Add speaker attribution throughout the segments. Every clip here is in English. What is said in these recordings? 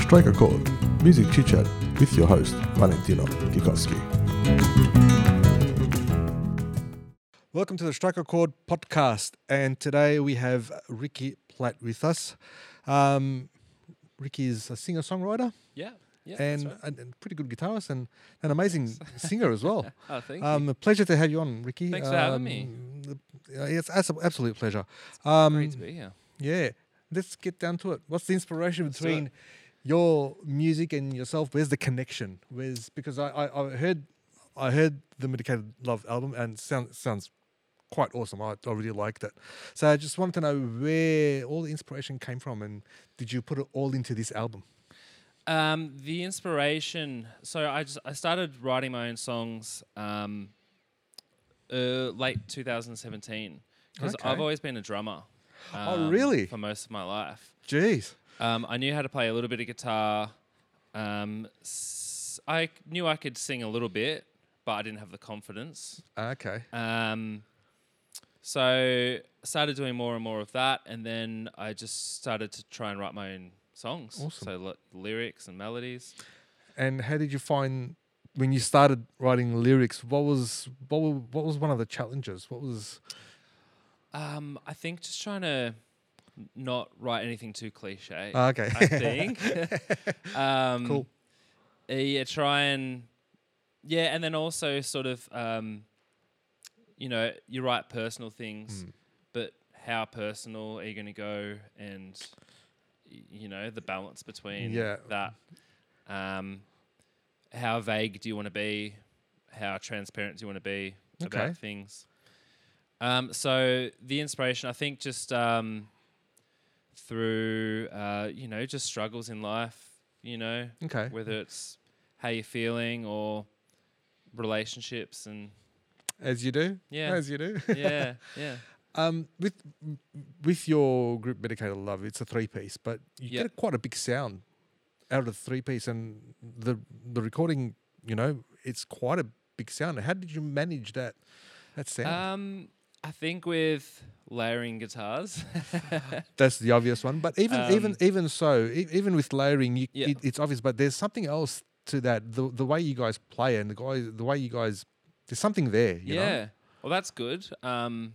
Speaker 1: Strike a Chord, Music Chit Chat with your host, Valentino Kikowski.
Speaker 2: Welcome to the Strike a Chord podcast, and today we have Ricky Platt with us. Um, Ricky is a singer songwriter
Speaker 3: Yeah. Yeah. that's
Speaker 2: and
Speaker 3: right.
Speaker 2: a and pretty good guitarist and an amazing singer as well.
Speaker 3: oh, thank
Speaker 2: Um, a pleasure to have you on, Ricky.
Speaker 3: Thanks for having me.
Speaker 2: Um, uh, It's as- absolute pleasure.
Speaker 3: you.
Speaker 2: Um,
Speaker 3: Great to be here.
Speaker 2: Yeah, let's get down to it. What's the inspiration
Speaker 3: Let's do it.
Speaker 2: between your music and yourself? Where's the connection? Where's because I, I, I heard I heard the Medicated Love album and sound, sounds quite awesome. I, I really liked it. So I just wanted to know where all the inspiration came from and did you put it all into this album?
Speaker 3: Um, the inspiration. So I just I started writing my own songs um, uh, late 2017 because I've
Speaker 2: Okay.
Speaker 3: always been a drummer.
Speaker 2: Oh,
Speaker 3: um,
Speaker 2: really?
Speaker 3: For most of my life,
Speaker 2: Jeez.
Speaker 3: um, I knew how to play a little bit of guitar. Um, s- I c- knew I could sing a little bit, but I didn't have the confidence.
Speaker 2: Okay.
Speaker 3: Um, so started doing more and more of that, and then I just started to try and write my own songs.
Speaker 2: Awesome.
Speaker 3: So l- lyrics and melodies.
Speaker 2: And how did you find when you started writing lyrics? What was what were, what was one of the challenges? What was
Speaker 3: Um, I think just trying to n- not write anything too cliche.
Speaker 2: Ah, okay?
Speaker 3: I think. um,
Speaker 2: Cool.
Speaker 3: uh, Yeah, try and yeah, and then also sort of um, you know you write personal
Speaker 2: Hmm.
Speaker 3: things, but how personal are you going to go, and y- you know the balance between
Speaker 2: Yeah.
Speaker 3: that. Um, how vague do you want to be? How transparent do you want to be
Speaker 2: Okay.
Speaker 3: about things? Um, so the inspiration, I think, just um, through uh, you know just struggles in life, you know,
Speaker 2: okay.
Speaker 3: whether it's how you're feeling or relationships and
Speaker 2: As you do.
Speaker 3: Yeah.
Speaker 2: As you do.
Speaker 3: yeah, yeah.
Speaker 2: Um, with with your group Medicated Love, it's a three piece, but you
Speaker 3: Yeah.
Speaker 2: get quite a big sound out of the three piece, and the the recording, you know, it's quite a big sound. How did you manage that that sound?
Speaker 3: Um, I think with layering guitars,
Speaker 2: That's the obvious one, but even even
Speaker 3: um,
Speaker 2: even so, e- even with layering, you,
Speaker 3: Yeah.
Speaker 2: it, it's obvious. But there's something else to that. The the way you guys play and the guys, the way you guys, there's something there. You
Speaker 3: yeah.
Speaker 2: Know?
Speaker 3: Well, that's good. Um,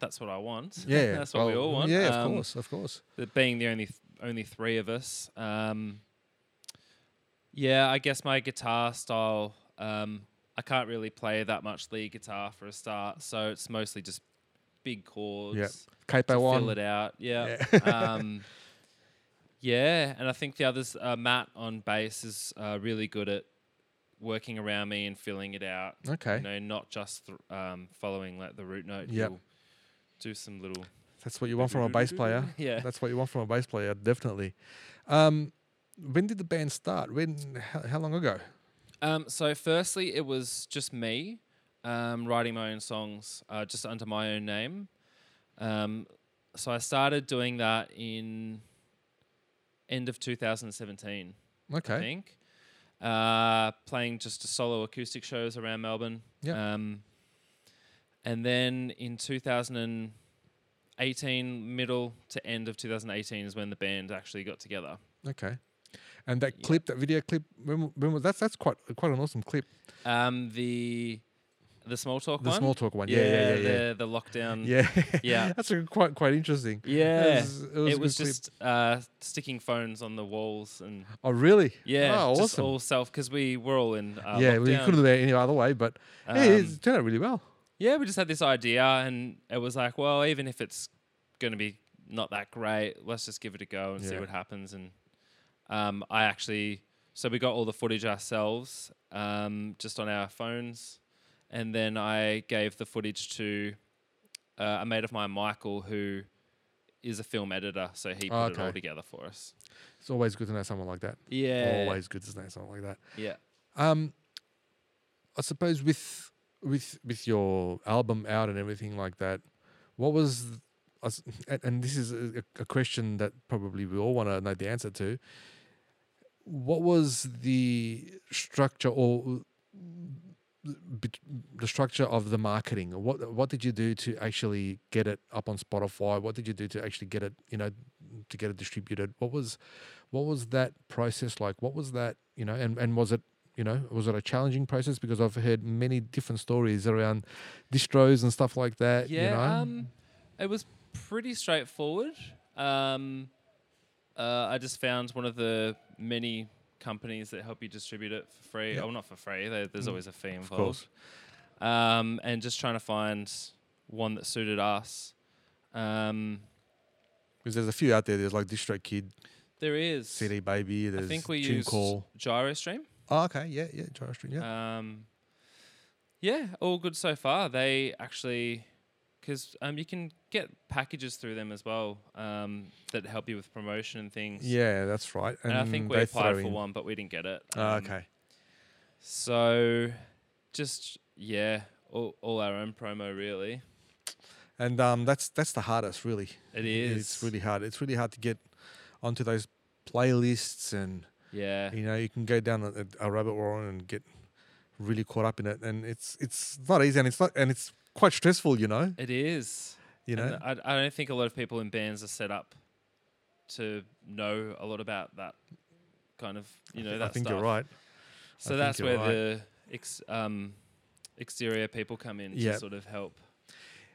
Speaker 3: that's what I want.
Speaker 2: Yeah.
Speaker 3: that's what we
Speaker 2: well,
Speaker 3: all want.
Speaker 2: Yeah, of
Speaker 3: Um,
Speaker 2: course, of course.
Speaker 3: That being the only th- only three of us. Um, yeah, I guess my guitar style. Um, I can't really play that much lead guitar for a start, so it's mostly just big chords.
Speaker 2: Capo
Speaker 3: to
Speaker 2: on.
Speaker 3: fill it out. Yeah. um, yeah, and I think the others, uh, Matt on bass is uh, really good at working around me and filling it out.
Speaker 2: Okay.
Speaker 3: You know, not just th- um, following like the root note.
Speaker 2: Yep.
Speaker 3: he'll Do some little.
Speaker 2: That's what you want from a bass player.
Speaker 3: Yeah.
Speaker 2: That's what you want from a bass player, definitely. Um, when did the band start? When? How, how long ago?
Speaker 3: Um, so, firstly, it was just me um, writing my own songs, uh, just under my own name. Um, so I started doing that in end of 2017. I
Speaker 2: Okay.
Speaker 3: think. Uh, playing just a solo acoustic shows around Melbourne.
Speaker 2: Yep.
Speaker 3: Um, and then in 2018, middle to end of 2018 is when the band actually got together.
Speaker 2: Okay. And that
Speaker 3: Yeah.
Speaker 2: clip, that video clip, when, w- when was that's that's quite quite an awesome clip.
Speaker 3: Um, the the small talk
Speaker 2: The
Speaker 3: one.
Speaker 2: small talk one. Yeah, yeah, yeah, yeah.
Speaker 3: The, the lockdown.
Speaker 2: Yeah.
Speaker 3: yeah.
Speaker 2: that's a, quite quite interesting.
Speaker 3: Yeah.
Speaker 2: It was, it was a
Speaker 3: it was
Speaker 2: good clip.
Speaker 3: just uh, sticking phones on the walls and
Speaker 2: Oh really?
Speaker 3: yeah,
Speaker 2: Oh,
Speaker 3: just
Speaker 2: awesome.
Speaker 3: all self because we were all in uh,
Speaker 2: yeah, well, you
Speaker 3: lockdown.
Speaker 2: couldn't have done it any other way, but yeah, it's
Speaker 3: Um,
Speaker 2: it turned out really well.
Speaker 3: Yeah, we just had this idea, and it was like, well, even if it's going to be not that great, let's just give it a go and see
Speaker 2: Yeah.
Speaker 3: what happens. And um, I actually, so we got all the footage ourselves, um, just on our phones, and then I gave the footage to uh, a mate of mine, Michael, who is a film editor, so he put
Speaker 2: Oh,
Speaker 3: it all
Speaker 2: okay.
Speaker 3: together for us.
Speaker 2: It's always good to know someone like that.
Speaker 3: Yeah,
Speaker 2: Always good to know someone like that.
Speaker 3: yeah,
Speaker 2: Um, I suppose with with with your album out and everything like that, what was th- I s- and, and this is a, a- a question that probably we all want to know the answer to. What was the structure or bet- the structure of the marketing? What what did you do to actually get it up on Spotify? What did you do to actually get it, you know, to get it distributed. What was what was that process like? What was that you know, and and was it you know was it a challenging process? Because I've heard many different stories around distros and stuff like that.
Speaker 3: Yeah,
Speaker 2: Uh, you know?
Speaker 3: um, it was pretty straightforward. Um, uh, I just found one of the many companies that help you distribute it for free.
Speaker 2: Yeah.
Speaker 3: Oh, not for free. There, there's always a fee involved.
Speaker 2: Mm. course.
Speaker 3: Um, and just trying to find one that suited us. Um,
Speaker 2: because there's a few out there. There's like Distro Kid,
Speaker 3: there is.
Speaker 2: CD Baby.
Speaker 3: I
Speaker 2: There's
Speaker 3: think we
Speaker 2: Tune
Speaker 3: used
Speaker 2: Call. Uh,
Speaker 3: GyroStream.
Speaker 2: Oh, okay, yeah, yeah, Gyrostream, yeah.
Speaker 3: Um, yeah, all good so far. They actually, because um, you can get packages through them as well um, that help you with promotion and things.
Speaker 2: yeah, that's right.
Speaker 3: And, I think we
Speaker 2: they
Speaker 3: applied
Speaker 2: throw
Speaker 3: for
Speaker 2: in-
Speaker 3: one, but we didn't get it.
Speaker 2: Ah,
Speaker 3: Um,
Speaker 2: okay.
Speaker 3: So, just yeah, all, all our own promo really.
Speaker 2: And um, that's that's the hardest, really. It-
Speaker 3: It is.
Speaker 2: It's really hard. It's really hard to get onto those playlists, and
Speaker 3: yeah.
Speaker 2: you know you can go down a, a rabbit hole and get really caught up in it, and it's it's not easy, and it's not, and it's quite stressful, you know.
Speaker 3: It is.
Speaker 2: You know,
Speaker 3: And uh, I, I don't think a lot of people in bands are set up to know a lot about that kind of you know
Speaker 2: I thi-
Speaker 3: that
Speaker 2: I think
Speaker 3: stuff.
Speaker 2: you're right.
Speaker 3: So
Speaker 2: think
Speaker 3: that's
Speaker 2: you're
Speaker 3: where
Speaker 2: right.
Speaker 3: the ex, um, exterior people come in
Speaker 2: Yeah.
Speaker 3: to sort of help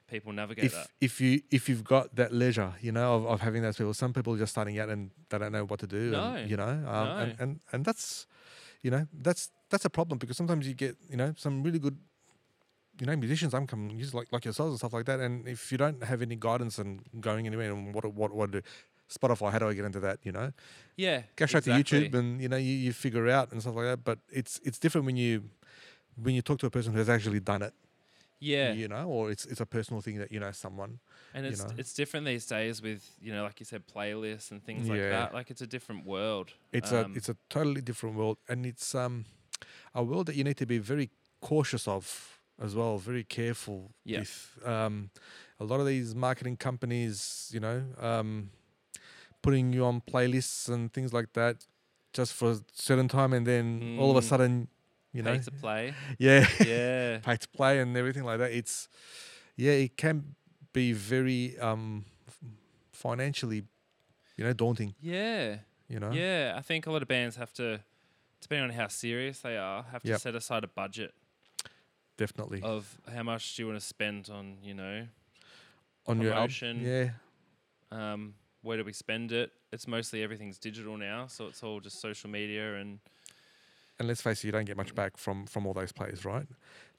Speaker 3: people navigate
Speaker 2: if
Speaker 3: that.
Speaker 2: if you if you've got that leisure, you know, of, of having those people. Some people are just starting out and they don't know what to do.
Speaker 3: No,
Speaker 2: and, you know, um, and,
Speaker 3: no.
Speaker 2: and and that's, you know, that's that's a problem because sometimes you get you know some really good, you know, musicians. I'm coming just like like yourselves and stuff like that. And if you don't have any guidance and going anywhere and what what what to do. Spotify, how do I get into that? You know,
Speaker 3: Yeah,
Speaker 2: go straight
Speaker 3: exactly.
Speaker 2: to YouTube and you know you, you figure out and stuff like that. But it's it's different when you when you talk to a person who has actually done it,
Speaker 3: Yeah,
Speaker 2: you know, or it's it's a personal thing that you know someone.
Speaker 3: and
Speaker 2: you
Speaker 3: it's
Speaker 2: know.
Speaker 3: it's different these days with you know like you said playlists and things like
Speaker 2: Yeah.
Speaker 3: that. Like it's a different world.
Speaker 2: It's
Speaker 3: Um,
Speaker 2: a it's a totally different world, and it's um a world that you need to be very cautious of as well, very careful
Speaker 3: Yeah.
Speaker 2: with. Um, a lot of these marketing companies, you know, um, putting you on playlists and things like that, just for a certain time, and then all of a
Speaker 3: Mm.
Speaker 2: sudden, you know,
Speaker 3: pay to play.
Speaker 2: yeah,
Speaker 3: yeah,
Speaker 2: pay to play and everything like that. It's yeah, it can be very um f- financially, you know, daunting.
Speaker 3: yeah,
Speaker 2: You know,
Speaker 3: yeah. I think a lot of bands have to, depending on how serious they are, have to
Speaker 2: Yep.
Speaker 3: set aside a budget
Speaker 2: definitely
Speaker 3: of how much do you want to spend on you know
Speaker 2: on your album.
Speaker 3: promotion.
Speaker 2: Yeah.
Speaker 3: um, where do we spend it? It's mostly everything's digital now, so it's all just social media and
Speaker 2: and let's face it, you don't get much back from from all those players, right?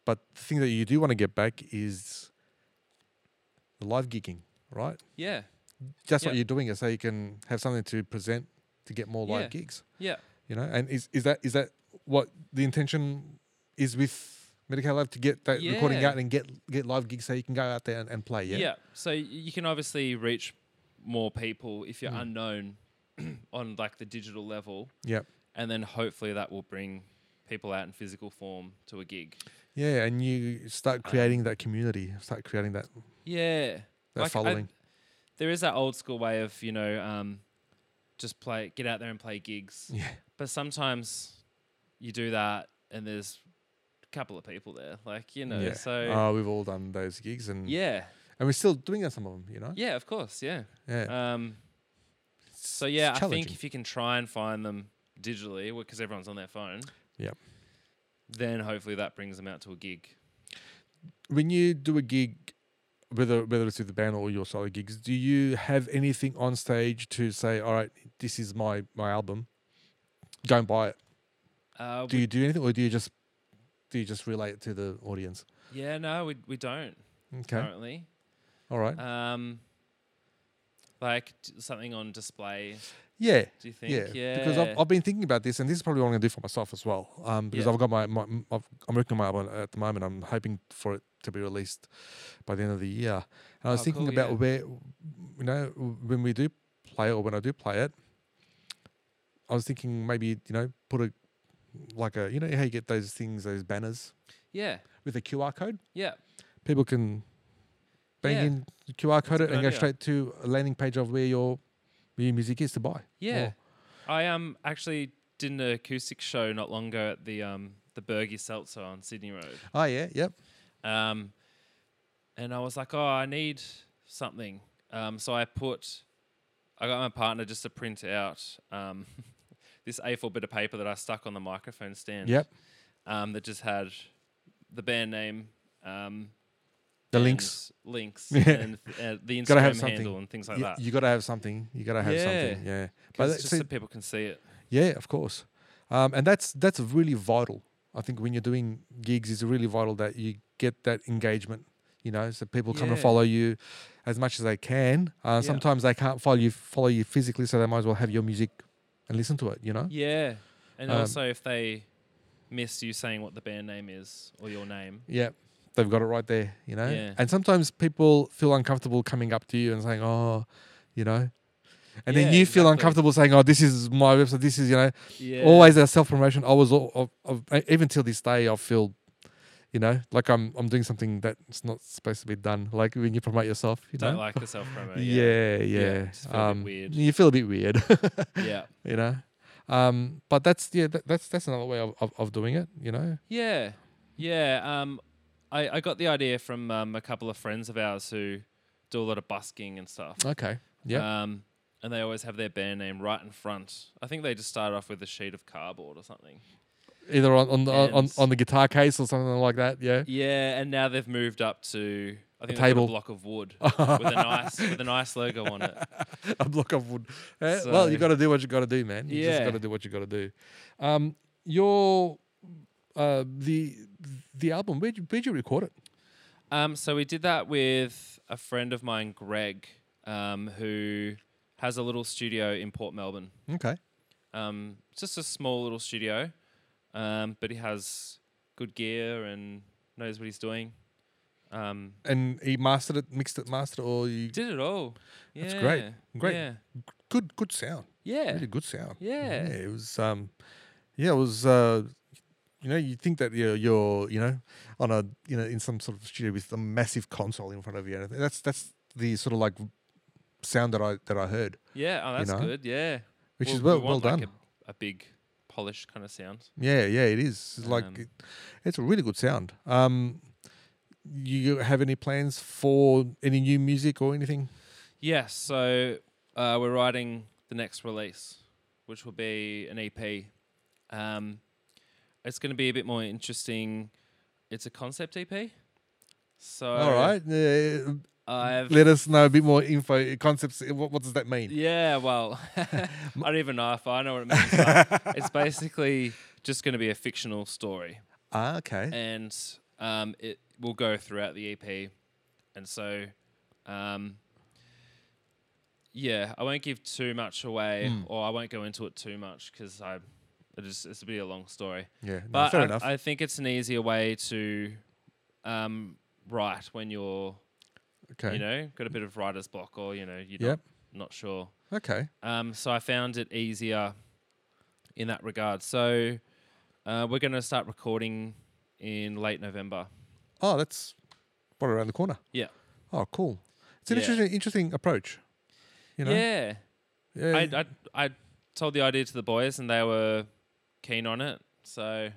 Speaker 2: But the thing that you do want to get back is the live gigging, right?
Speaker 3: yeah,
Speaker 2: That's what
Speaker 3: Yeah.
Speaker 2: you're doing, is so you can have something to present to get more live
Speaker 3: Yeah.
Speaker 2: gigs,
Speaker 3: yeah,
Speaker 2: you know. And is is that is that what the intention is with Medicaid Live to get that recording
Speaker 3: Yeah.
Speaker 2: out and get get live gigs so you can go out there and, and play,
Speaker 3: yeah.
Speaker 2: yeah?
Speaker 3: So y- you can obviously reach more people if you're
Speaker 2: Mm.
Speaker 3: unknown on like the digital level,
Speaker 2: Yep.
Speaker 3: and then hopefully that will bring people out in physical form to a gig.
Speaker 2: Yeah, and you start creating that community, start creating that
Speaker 3: Yeah,
Speaker 2: that
Speaker 3: Like, I-
Speaker 2: following.
Speaker 3: there is that old school way of you know um, just play, get out there and play gigs,
Speaker 2: yeah.
Speaker 3: but sometimes you do that and there's a couple of people there, like you know,
Speaker 2: yeah. Um,
Speaker 3: so.
Speaker 2: Uh, we've all done those gigs and
Speaker 3: yeah,
Speaker 2: and we're still doing some of them, you know?
Speaker 3: Yeah, of course. Yeah.
Speaker 2: Yeah.
Speaker 3: Um, so yeah, I think
Speaker 2: challenging.
Speaker 3: if you can try and find them digitally, because everyone's on their phone.
Speaker 2: Yep.
Speaker 3: Then hopefully that brings them out to a gig.
Speaker 2: when you do a gig, whether whether it's with the band or your solo gigs, do you have anything on stage to say, all right, this is my my album, go and buy it?
Speaker 3: Uh,
Speaker 2: Do
Speaker 3: we-
Speaker 2: you do anything, or do you just do you just relay it to the audience?
Speaker 3: yeah, no, we we don't
Speaker 2: Okay,
Speaker 3: currently.
Speaker 2: all right,
Speaker 3: Um, like d- something on display.
Speaker 2: yeah.
Speaker 3: Do you think?
Speaker 2: Yeah, because I've, I've been thinking about this, and this is probably what I'm going to do for myself as well. Um, because
Speaker 3: Yeah.
Speaker 2: I've got my, my m- I've, I'm working on my album at the moment. I'm hoping for it to be released by the end of the year. And I was
Speaker 3: Oh,
Speaker 2: thinking
Speaker 3: cool,
Speaker 2: about
Speaker 3: yeah.
Speaker 2: where, you know, when we do play it or when I do play it, I was thinking maybe you know put a like a you know how you get those things those banners
Speaker 3: yeah,
Speaker 2: with a QR code.
Speaker 3: yeah,
Speaker 2: People can bang
Speaker 3: Yeah.
Speaker 2: in the QR code
Speaker 3: a
Speaker 2: it and
Speaker 3: good
Speaker 2: go
Speaker 3: idea.
Speaker 2: straight to a landing page of where your where your music is to buy.
Speaker 3: yeah.
Speaker 2: Or-
Speaker 3: I um actually did an acoustic show not long ago at the um the Bergie Seltzer on Sydney Road.
Speaker 2: Oh yeah, yep.
Speaker 3: Um, and I was like, oh, I need something. Um, so I put I got my partner just to print out um, this A4 bit of paper that I stuck on the microphone stand.
Speaker 2: Yep.
Speaker 3: Um, that just had the band name, um,
Speaker 2: The
Speaker 3: and
Speaker 2: links.
Speaker 3: links,
Speaker 2: Yeah.
Speaker 3: and uh, the
Speaker 2: Gotta have
Speaker 3: Instagram
Speaker 2: something.
Speaker 3: handle and things like
Speaker 2: you,
Speaker 3: that.
Speaker 2: you got to have something. You got to have something. Yeah. But
Speaker 3: Because
Speaker 2: that-
Speaker 3: just
Speaker 2: see-
Speaker 3: so people can see it.
Speaker 2: Yeah, of course. Um, and that's that's really vital. I think when you're doing gigs, it's really vital that you get that engagement. You know, so people come and
Speaker 3: Yeah.
Speaker 2: follow you as much as they can. Uh, Sometimes they can't follow you follow you physically, so they might as well have your music and listen to it. You know.
Speaker 3: Yeah, and
Speaker 2: Um,
Speaker 3: also if they miss you saying what the band name is or your name.
Speaker 2: Yeah, they've got it right there. You know.
Speaker 3: Yeah.
Speaker 2: And sometimes people feel uncomfortable coming up to you and saying, "Oh, you know." And then
Speaker 3: Yeah,
Speaker 2: you feel
Speaker 3: exactly.
Speaker 2: uncomfortable saying, "Oh, this is my website. This is you know."
Speaker 3: Yeah.
Speaker 2: always a self promotion. I was all, of, e, even till this day. I feel, you know, like I'm I'm doing something that's not supposed to be done. Like when you promote yourself, you
Speaker 3: don't
Speaker 2: know.
Speaker 3: like the self promo.
Speaker 2: yeah, yeah.
Speaker 3: just feel a bit weird.
Speaker 2: You feel a bit weird,
Speaker 3: Yeah.
Speaker 2: you know. Um, but that's yeah, that, that's that's another way of, of, of doing it, you know.
Speaker 3: Yeah, yeah. Um, I, I got the idea from um, a couple of friends of ours who do a lot of busking and stuff.
Speaker 2: Okay. Oh, Yeah.
Speaker 3: Um, and they always have their band name right in front. I think they just started off with a sheet of cardboard or something.
Speaker 2: Either on on, the, on
Speaker 3: and-
Speaker 2: on the guitar case or something like that. Yeah.
Speaker 3: Yeah, and now they've moved up to I think they've got
Speaker 2: table.
Speaker 3: a block of wood with a nice with a nice logo on it.
Speaker 2: a block of wood. Eh, well, you
Speaker 3: So-
Speaker 2: got to do what you got to do, man. You just
Speaker 3: Yeah.
Speaker 2: got to do what you got to do. Um, your uh, the the album. Where would you record it?
Speaker 3: Um, so we did that with a friend of mine, Greg, um, who has a little studio in Port Melbourne.
Speaker 2: Okay.
Speaker 3: Um, it's just a small little studio, um, but he has good gear and knows what he's doing. Um,
Speaker 2: And he mastered it, mixed it, mastered it, or you
Speaker 3: did it all. Yeah.
Speaker 2: That's great. Great.
Speaker 3: Yeah.
Speaker 2: good good sound,
Speaker 3: Yeah.
Speaker 2: really good sound.
Speaker 3: Yeah.
Speaker 2: it was um, yeah, it was uh, you know, you think that you're you're you know on a you know in some sort of studio with a massive console in front of you. and That's that's the sort of like sound that I that I heard,
Speaker 3: Yeah. Oh,
Speaker 2: You
Speaker 3: that's
Speaker 2: know?
Speaker 3: good. Yeah.
Speaker 2: which
Speaker 3: Well,
Speaker 2: is
Speaker 3: we
Speaker 2: well well
Speaker 3: want, like,
Speaker 2: done.
Speaker 3: a, a big polished kind of sound.
Speaker 2: Yeah, yeah, it is. It's like
Speaker 3: Um,
Speaker 2: it, it's a really good sound. Um, you have any plans for any new music or anything?
Speaker 3: Yes. so uh, we're writing the next release, which will be an EP. Um, it's going to be a bit more interesting. It's a concept EP. So
Speaker 2: All right, uh,
Speaker 3: I've
Speaker 2: let us know a bit more info concepts. uh, What, what does that mean?
Speaker 3: Yeah, well, I don't even know if I know what it means. but it's basically just going to be a fictional story,
Speaker 2: Ah, okay.
Speaker 3: and um, it will go throughout the EP. And so, um, yeah, I won't give too much away,
Speaker 2: Hmm.
Speaker 3: or I won't go into it too much because I, it just it's a bit of a long story.
Speaker 2: Yeah, no,
Speaker 3: But
Speaker 2: fair
Speaker 3: I,
Speaker 2: enough.
Speaker 3: I think it's an easier way to um, write when you're,
Speaker 2: okay.
Speaker 3: you know, got a bit of writer's block, or you know, you're
Speaker 2: Yep.
Speaker 3: not, not sure.
Speaker 2: Okay.
Speaker 3: Um, so I found it easier in that regard. So uh, we're going to start recording in late November.
Speaker 2: Oh, that's right around the corner.
Speaker 3: Yeah.
Speaker 2: Oh, cool. It's an
Speaker 3: Yeah.
Speaker 2: interesting, interesting approach. You know.
Speaker 3: Yeah.
Speaker 2: Yeah.
Speaker 3: I, I, I told the idea to the boys and they were keen on it. So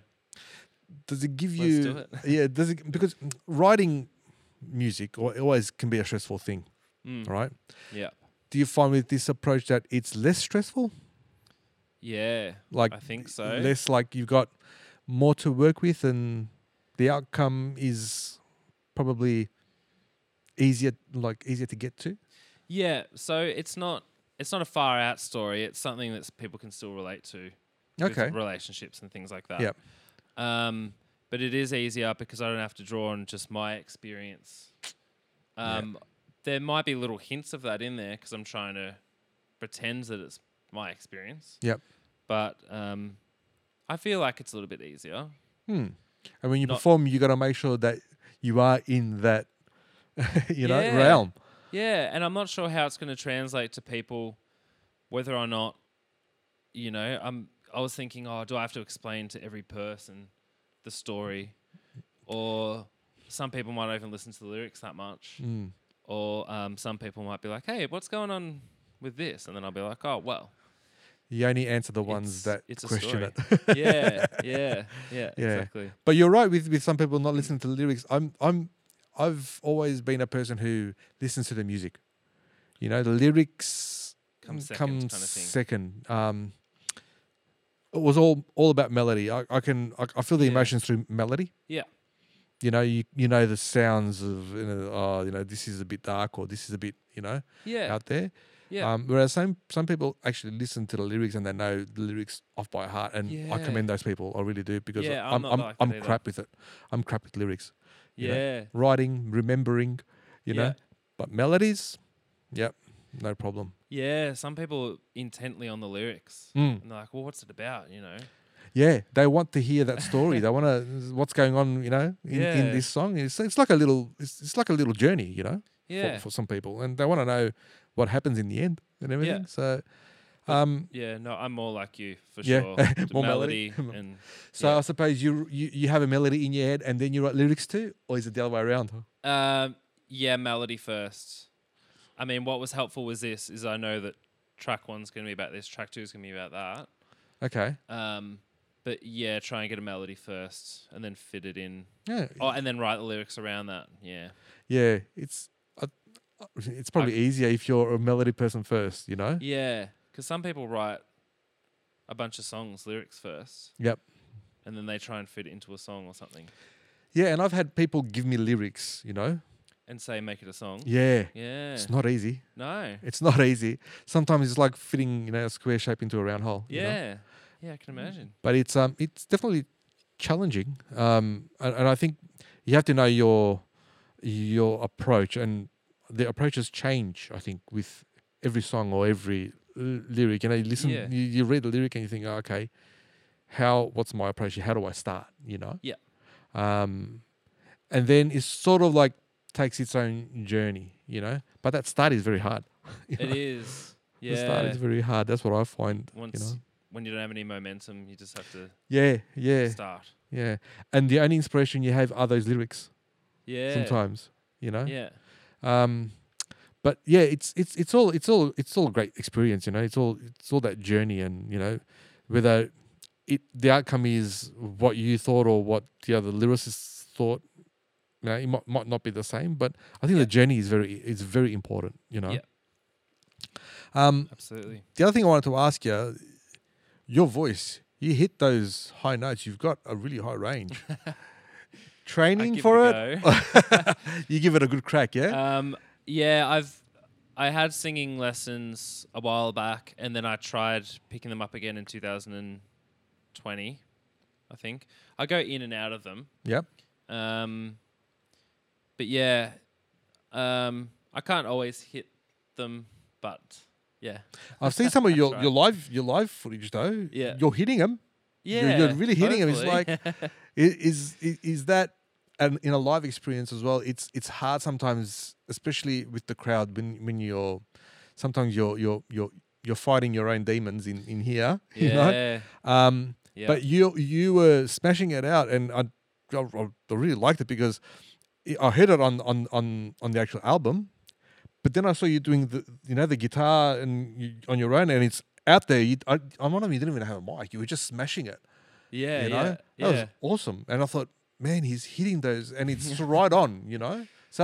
Speaker 2: does it give
Speaker 3: Let's
Speaker 2: you?
Speaker 3: do it.
Speaker 2: yeah. Does it because writing music al- always can be a stressful thing,
Speaker 3: mm,
Speaker 2: right?
Speaker 3: yeah.
Speaker 2: do you find with this approach that it's less stressful
Speaker 3: Yeah.
Speaker 2: like
Speaker 3: I think
Speaker 2: l-
Speaker 3: so.
Speaker 2: less like you've got more to work with and the outcome is probably easier like easier to get to
Speaker 3: Yeah. So it's not it's not a far out story. It's something that people can still relate to. with
Speaker 2: okay
Speaker 3: relationships and things like that.
Speaker 2: Yep.
Speaker 3: Um, but it is easier because I don't have to draw on just my experience.
Speaker 2: Yeah.
Speaker 3: Um, There might be little hints of that in there because I'm trying to pretend that it's my experience.
Speaker 2: Yep.
Speaker 3: But um, I feel like it's a little bit easier.
Speaker 2: hmm. and when you
Speaker 3: Not-
Speaker 2: perform you got to make sure that you are in that you know
Speaker 3: Yeah.
Speaker 2: realm
Speaker 3: Yeah, and I'm not sure how it's going to translate to people, whether or not, you know, I'm. I was thinking, oh, do I have to explain to every person the story, or some people might not even listen to the lyrics that much,
Speaker 2: Mm.
Speaker 3: or um, some people might be like, hey, what's going on with this? And then I'll be like, oh, well,
Speaker 2: you only answer the ones
Speaker 3: It's-
Speaker 2: that
Speaker 3: it's a
Speaker 2: question it
Speaker 3: story. yeah, yeah, yeah, exactly.
Speaker 2: But you're right with, with some people not listening to the lyrics. I'm I'm I've always been a person who listens to the music. You know, the lyrics
Speaker 3: come second
Speaker 2: come
Speaker 3: kind of thing.
Speaker 2: second. Um, it was all all about melody. I, I can I, I feel the
Speaker 3: Yeah.
Speaker 2: emotions through melody.
Speaker 3: Yeah.
Speaker 2: You know, you you know the sounds of you know, oh, you know, this is a bit dark or this is a bit, you know,
Speaker 3: yeah,
Speaker 2: out there.
Speaker 3: yeah,
Speaker 2: Um, whereas some some people actually listen to the lyrics and they know the lyrics off by heart, and I
Speaker 3: Yeah.
Speaker 2: commend those people. I really do because
Speaker 3: Yeah, I'm
Speaker 2: I'm
Speaker 3: not
Speaker 2: I'm, I'm,
Speaker 3: like that either.
Speaker 2: crap with it. I'm crap with lyrics, you know,
Speaker 3: yeah.
Speaker 2: writing, remembering, you know.
Speaker 3: Yeah.
Speaker 2: But melodies, yep, no problem.
Speaker 3: Yeah, some people are intently on the lyrics.
Speaker 2: Mm.
Speaker 3: And they're like, well, what's it about? You know?
Speaker 2: Yeah, they want to hear that story. they want to what's going on, you know, in, in
Speaker 3: Yeah.
Speaker 2: this song. It's it's like a little it's, it's like a little journey, you know,
Speaker 3: Yeah.
Speaker 2: for, for some people, and they want to know what happens in the end and everything. So, um,
Speaker 3: yeah, no, I'm more like you for
Speaker 2: Yeah,
Speaker 3: sure. The
Speaker 2: more melody.
Speaker 3: and
Speaker 2: so
Speaker 3: Yeah.
Speaker 2: I suppose you, you you have a melody in your head and then you write lyrics too, or is it the other way around?
Speaker 3: um, yeah, melody first. I mean, what was helpful was this is I know that track one's gonna be about this, track two's gonna be about
Speaker 2: Okay,
Speaker 3: that. Um, but yeah, try and get a melody first and then fit it in.
Speaker 2: yeah,
Speaker 3: Oh, and then write the lyrics around that. Yeah.
Speaker 2: yeah, it's. I- I- It's probably easier if you're a melody person first, you know.
Speaker 3: Yeah. Cause some people write a bunch of songs, lyrics first,
Speaker 2: Yep.
Speaker 3: and then they try and fit it into a song or something.
Speaker 2: Yeah, and I've had people give me lyrics, you know.
Speaker 3: and say make it a song.
Speaker 2: Yeah,
Speaker 3: Mm-hmm. Yeah.
Speaker 2: it's not easy.
Speaker 3: no.
Speaker 2: It's not easy. Sometimes it's like fitting, you know, a square shape into a round hole. you know?
Speaker 3: Yeah. Yeah, I can imagine.
Speaker 2: But it's um, it's definitely challenging. Um, and, and I think you have to know your your approach, and the approaches change. I think with every song or every l- lyric, you know, you listen,
Speaker 3: Yeah.
Speaker 2: you, you read the lyric, and you think, oh, okay, how? What's my approach? here? How do I start? You know.
Speaker 3: Yeah.
Speaker 2: Um, and then it's sort of like takes its own journey, you know. But that start is very hard. you know?
Speaker 3: It is. Yeah.
Speaker 2: The start is very hard. That's what I find.
Speaker 3: Once
Speaker 2: know.
Speaker 3: when you don't have any momentum, you just have to
Speaker 2: Yeah, yeah,
Speaker 3: start.
Speaker 2: yeah. And the only inspiration you have are those lyrics
Speaker 3: Yeah.
Speaker 2: sometimes, you know.
Speaker 3: Yeah.
Speaker 2: Um, but yeah, it's it's it's all it's all it's all a great experience, you know. It's all it's all that journey, and you know, whether it the outcome is what you thought or what the other lyricists thought, you know, it might, might not be the same. But I think
Speaker 3: Yeah.
Speaker 2: the journey is very it's very important, you know.
Speaker 3: Yeah.
Speaker 2: Um,
Speaker 3: Absolutely.
Speaker 1: The other thing I wanted to ask you, your voice, you hit those high notes. You've got a really high range.
Speaker 3: I
Speaker 1: Training
Speaker 3: give
Speaker 1: for
Speaker 3: it
Speaker 1: it,
Speaker 3: a go.
Speaker 1: you give it a good crack, yeah.
Speaker 3: Um, yeah, I've I had singing lessons a while back, and then I tried picking them up again in 2020, I think. I go in and out of them.
Speaker 1: Yep.
Speaker 3: Um, but yeah, um, I can't always hit them, but yeah,
Speaker 1: I've seen some of your,
Speaker 3: right.
Speaker 1: your live your live footage though.
Speaker 3: Yeah.
Speaker 1: you're hitting them. You're-
Speaker 3: yeah,
Speaker 1: you're really hitting 'em. It's
Speaker 3: hopefully.
Speaker 1: Is is, is that and in a live experience as well? It's it's hard sometimes, especially with the crowd when when you're sometimes you're you're you're you're fighting your own demons in in here. You know?
Speaker 3: yeah,
Speaker 1: Um,
Speaker 3: yeah,
Speaker 1: But you you were smashing it out, and I I, I really liked it because I- I heard it on on on on the actual album, but then I saw you doing the you know the guitar and you, on your own, and it's out there. You, I, I'm one of them. You didn't even have a mic. You were just smashing it.
Speaker 3: yeah,
Speaker 1: you know
Speaker 3: yeah,
Speaker 1: that
Speaker 3: yeah.
Speaker 1: was awesome. And I thought, man, he's hitting those, and it's right on. You know, so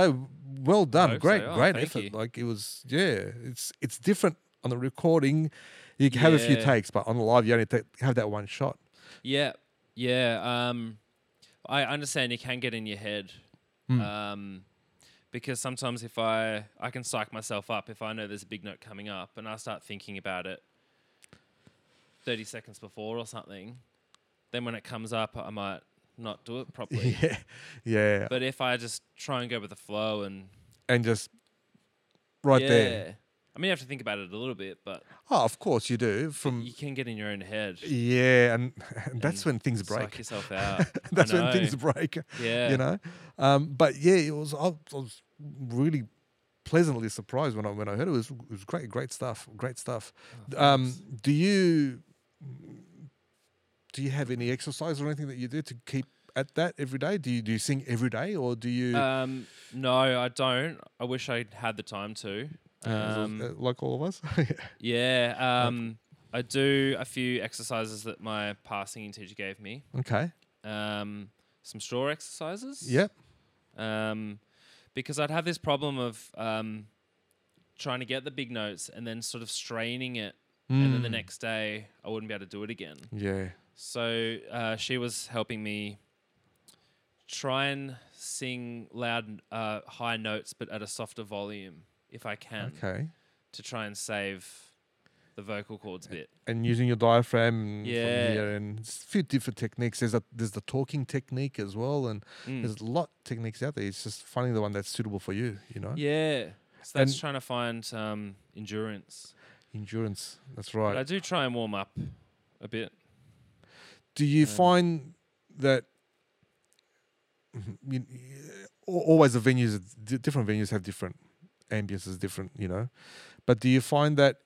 Speaker 1: well done.
Speaker 3: hope
Speaker 1: Great,
Speaker 3: so. Oh,
Speaker 1: great
Speaker 3: thank
Speaker 1: effort.
Speaker 3: you.
Speaker 1: Like it was. Yeah, it's it's different on the recording. You have a few
Speaker 3: Yeah.
Speaker 1: takes, but on the live, you only take, have that one shot.
Speaker 3: Yeah, yeah. Um, I understand you can get in your head,
Speaker 1: Hmm.
Speaker 2: Mm.
Speaker 3: um, because sometimes if I I can psych myself up if I know there's a big note coming up and I start thinking about it thirty seconds before or something, then when it comes up, I might not do it properly.
Speaker 1: Yeah, yeah,
Speaker 3: But if I just try and go with the flow and
Speaker 1: and just right
Speaker 3: yeah,
Speaker 1: there.
Speaker 3: I mean you have to think about it a little bit, but
Speaker 1: Oh, of course you do. From
Speaker 3: you can get in your own head,
Speaker 1: yeah, and, and that's when things
Speaker 3: psych
Speaker 1: break.
Speaker 3: yourself out. I
Speaker 1: That's when
Speaker 3: know.
Speaker 1: things break.
Speaker 3: yeah,
Speaker 1: You know, um, but yeah, it was. I was really pleasantly surprised when I when I heard it. it was it was great, great stuff, great stuff.
Speaker 3: Oh,
Speaker 1: um, do you do you have any exercise or anything that you do to keep at that every day? Do you do you sing every day or do you
Speaker 3: Um, no, I don't. I wish I had the time to.
Speaker 1: as- uh,
Speaker 3: Um,
Speaker 1: like all of us?
Speaker 3: yeah, um, I do a few exercises that my passing singing teacher gave me.
Speaker 1: okay.
Speaker 3: Um, some straw exercises.
Speaker 1: Yeah.
Speaker 3: Um, because I'd have this problem of um, trying to get the big notes and then sort of straining it, and then the
Speaker 4: Mm.
Speaker 3: next day I wouldn't be able to do it again.
Speaker 4: Yeah.
Speaker 3: So uh, she was helping me try and sing loud, uh, high notes, but at a softer volume if I can,
Speaker 2: Okay.
Speaker 3: to try and save the vocal cords bit.
Speaker 2: And using your diaphragm and
Speaker 3: Yeah.
Speaker 2: from here and it's a few different techniques. There's a there's the talking technique as well, and
Speaker 3: Mm.
Speaker 2: there's a lot of techniques out there. It's just finding the one that's suitable for you. You know,
Speaker 3: Yeah. So that's
Speaker 2: And-
Speaker 3: trying to find um, endurance.
Speaker 2: endurance. That's
Speaker 3: But I
Speaker 2: right.
Speaker 3: do try and warm up a bit.
Speaker 2: Do you
Speaker 3: um,
Speaker 2: find that you, al- always the venues, d- different venues have different ambiences, different, you know. But do you find that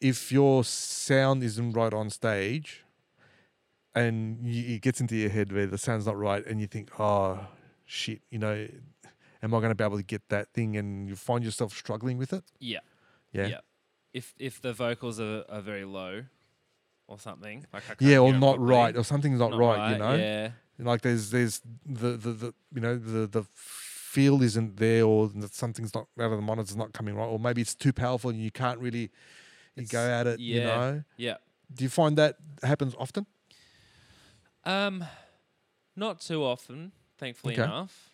Speaker 2: if your sound isn't right on stage, and you, it gets into your head where the sound's not right, and you think, oh shit, you know, am I going to be able to get that thing? And you find yourself struggling with it.
Speaker 3: Yeah.
Speaker 2: Yeah.
Speaker 3: Yeah. If if the vocals are, are very low or something. Like I can't
Speaker 2: Yeah, or
Speaker 3: hear 'em
Speaker 2: not
Speaker 3: properly,
Speaker 2: right, or something's not, right, you know.
Speaker 3: Yeah.
Speaker 2: like there's there's the the, the you know the the feel isn't there or that something's not out of the monitor's not coming right or maybe it's too powerful and you can't really you go
Speaker 3: It's-
Speaker 2: at it you
Speaker 3: yeah.
Speaker 2: know
Speaker 3: Yeah.
Speaker 2: do you find that happens often
Speaker 3: Um, not too often, thankfully
Speaker 2: Okay.
Speaker 3: enough.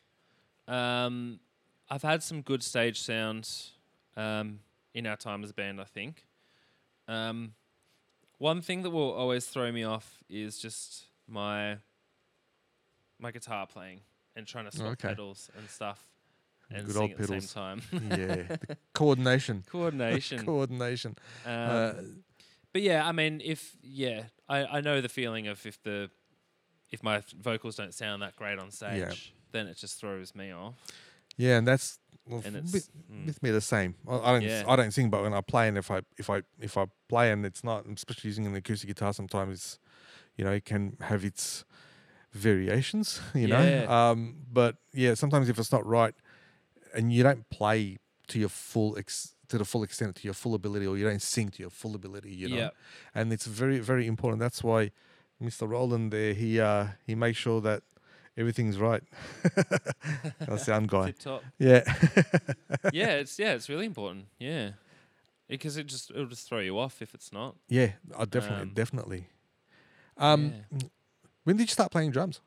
Speaker 3: Um, I've had some good stage sounds um, in our time as a band, I think. Um, one thing that will always throw me off is just my my guitar playing and trying to swap
Speaker 2: okay.
Speaker 3: pedals and stuff and
Speaker 2: Good
Speaker 3: sing
Speaker 2: old
Speaker 3: at the
Speaker 2: pedals.
Speaker 3: same time.
Speaker 2: yeah the coordination
Speaker 3: Coordination.
Speaker 2: coordination
Speaker 3: Um,
Speaker 2: uh,
Speaker 3: but yeah, I mean, if yeah, I, I know the feeling of if the if my th- vocals don't sound that great on stage,
Speaker 2: Yeah.
Speaker 3: then it just throws me off.
Speaker 2: yeah and that's well,
Speaker 3: And
Speaker 2: f-
Speaker 3: it's
Speaker 2: with,
Speaker 3: mm,
Speaker 2: with me the same I, I don't
Speaker 3: Yeah.
Speaker 2: I don't sing but when I play and if I if I if I play and it's not especially using an acoustic guitar sometimes it's you know it can have its variations, you know.
Speaker 3: Yeah.
Speaker 2: Um, but yeah, sometimes if it's not right and you don't play to your full ex- to the full extent, to your full ability, or you don't sing to your full ability, you know.
Speaker 3: Yeah.
Speaker 2: And it's very, very important. That's why Mr. Roland there, he uh, he makes sure that everything's right. Our sound guy.
Speaker 3: tip top.
Speaker 2: Yeah.
Speaker 3: yeah, it's yeah, it's really important. Yeah, because it just it'll just throw you off if it's not.
Speaker 2: yeah. Oh, definitely,
Speaker 3: Um,
Speaker 2: definitely. Um, when did you start playing drums?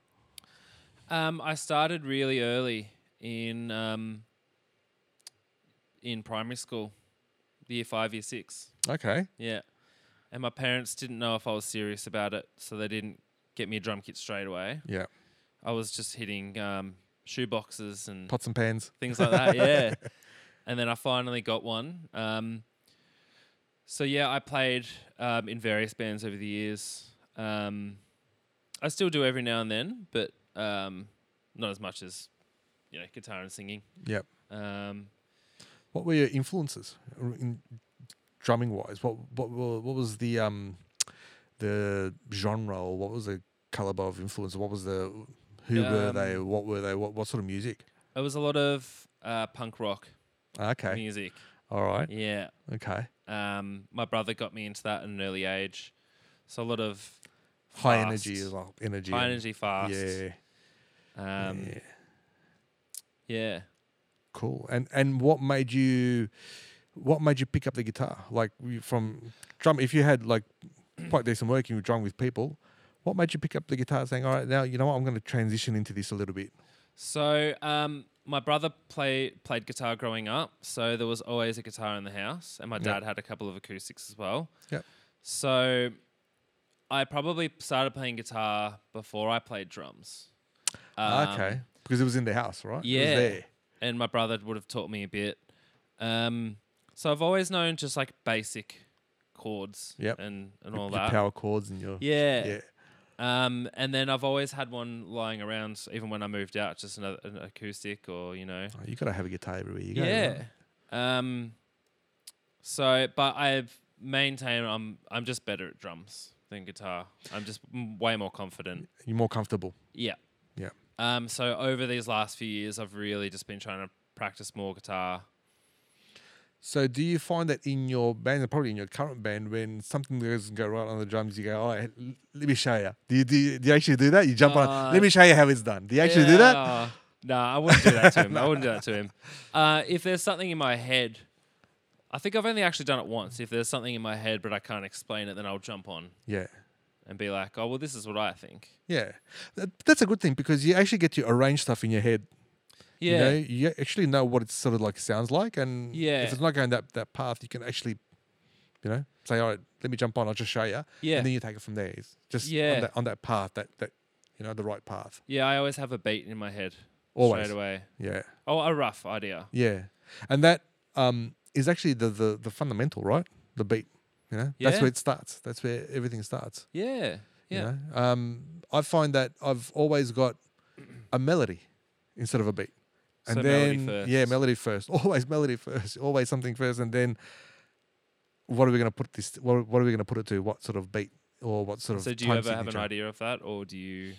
Speaker 3: Um, I started really early in um, in primary school, year five, year six.
Speaker 2: Okay.
Speaker 3: Yeah. And my parents didn't know if I was serious about it, so they didn't get me a drum kit straight away.
Speaker 2: Yeah.
Speaker 3: I was just hitting um, shoe boxes and
Speaker 2: Mm. Pots and pans.
Speaker 3: things like that. Yeah. And then I finally got one. Um, so yeah, I played um, in various bands over the years. Um, I still do every now and then, but um, not as much as you know guitar and singing.
Speaker 2: Yep.
Speaker 3: Um,
Speaker 2: What were your influences r- in drumming wise? What what were- what was the um the genre or what was the caliber of influence? What was the who
Speaker 3: Um,
Speaker 2: were they? What were they? What what sort of music?
Speaker 3: it was a lot of uh, punk rock
Speaker 2: Okay.
Speaker 3: music.
Speaker 2: All right.
Speaker 3: Yeah.
Speaker 2: Okay.
Speaker 3: Um, my brother got me into that at an early age, so a lot of
Speaker 2: High energy
Speaker 3: fast-
Speaker 2: as well. Energy.
Speaker 3: high
Speaker 2: and-
Speaker 3: energy, fast.
Speaker 2: Yeah.
Speaker 3: Um,
Speaker 2: yeah.
Speaker 3: yeah.
Speaker 2: Cool. And and what made you what made you pick up the guitar? Like you- from drum if you had like quite decent work, you were drum with people. What made you pick up the guitar saying, All right, now you know what, I'm gonna transition into this a little bit.
Speaker 3: So um, my brother play, played guitar growing up, so there was always a guitar in the house, and my
Speaker 2: Yep.
Speaker 3: dad had a couple of acoustics as well.
Speaker 2: Yep.
Speaker 3: So I probably started playing guitar before I played drums. Um,
Speaker 2: Ah, okay. Because it was in the house, right? It was
Speaker 3: yeah.
Speaker 2: there.
Speaker 3: And my brother would have taught me a bit. Um, so I've always known just like basic chords
Speaker 2: Yep.
Speaker 3: and, and
Speaker 2: Your-
Speaker 3: all
Speaker 2: your
Speaker 3: that.
Speaker 2: power chords and your
Speaker 3: Yeah.
Speaker 2: yeah.
Speaker 3: Um, and then I've always had one lying around, so even when I moved out, just another, an acoustic or you know,
Speaker 2: Oh, you gotta have a guitar everywhere you go.
Speaker 3: yeah.
Speaker 2: right?
Speaker 3: Um, so, but I've maintained I'm I'm just better at drums than guitar. I'm just m- way more confident.
Speaker 2: You're more comfortable.
Speaker 3: Yeah.
Speaker 2: Yeah.
Speaker 3: Um, so over these last few years, I've really just been trying to practice more guitar.
Speaker 2: So do you find that in your band and probably in your current band when something doesn't go right on the drums, you go, All right, l- let me show you. Do you do you, do you actually do that? You jump on it,
Speaker 3: Uh,
Speaker 2: let me show you how it's done. Do you actually do that?
Speaker 3: Yeah. No, I wouldn't do that to him. I wouldn't do that to him. Uh, if there's something in my head, I I think I've only actually done it once. If there's something in my head but I can't explain it, then I'll jump on
Speaker 2: Yeah.
Speaker 3: and be like, "Oh well, this is what I think."
Speaker 2: Yeah. That, that's a good thing because you actually get to arrange stuff in your head. You, know,
Speaker 3: Yeah,
Speaker 2: you actually know what it sort of like sounds like. And
Speaker 3: Yeah.
Speaker 2: if it's not going that, that path, you can actually, you know, say, all right, let me jump on. I'll just show you.
Speaker 3: yeah,
Speaker 2: And then you take it from there. It's just
Speaker 3: Yeah.
Speaker 2: on, that, on that path, that, that, you know, the right path.
Speaker 3: yeah. I always have a beat in my head
Speaker 2: Always.
Speaker 3: straight away.
Speaker 2: Yeah.
Speaker 3: Oh, a rough idea.
Speaker 2: Yeah. And that um, is actually the, the, the fundamental, right? The beat. You know, that's
Speaker 3: Yeah.
Speaker 2: where it starts. That's where everything starts.
Speaker 3: Yeah,
Speaker 2: you
Speaker 3: yeah,
Speaker 2: know? um, I find that I've always got a melody instead of a beat,
Speaker 3: So melody first.
Speaker 2: yeah, melody first. Always melody first. Always something first, and then what are we going to put this? What, what are we going to put it to? What sort of beat or what sort of?
Speaker 3: So do you
Speaker 2: time
Speaker 3: ever have an
Speaker 2: signature?
Speaker 3: idea of that, or do you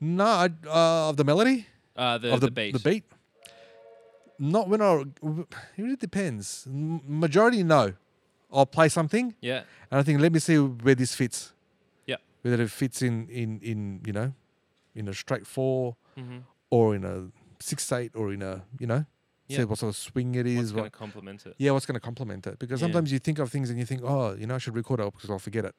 Speaker 2: No, I, uh, of the melody
Speaker 3: uh, the,
Speaker 2: of
Speaker 3: the, beat?
Speaker 2: The beat. Not when I. It really depends. M- majority no. I'll play something,
Speaker 3: Yeah,
Speaker 2: and I think let me see where this fits.
Speaker 3: Yep.
Speaker 2: Whether it fits in in in you know, in a straight four
Speaker 3: mm-hmm.
Speaker 2: or in a six eight or in a you know, see
Speaker 3: Yeah.
Speaker 2: what sort of swing it is.
Speaker 3: what's going
Speaker 2: What,
Speaker 3: to complement it?
Speaker 2: yeah, what's going to complement it? Because
Speaker 3: Yeah.
Speaker 2: sometimes you think of things and you think, oh, you know, I should record it because I'll forget it,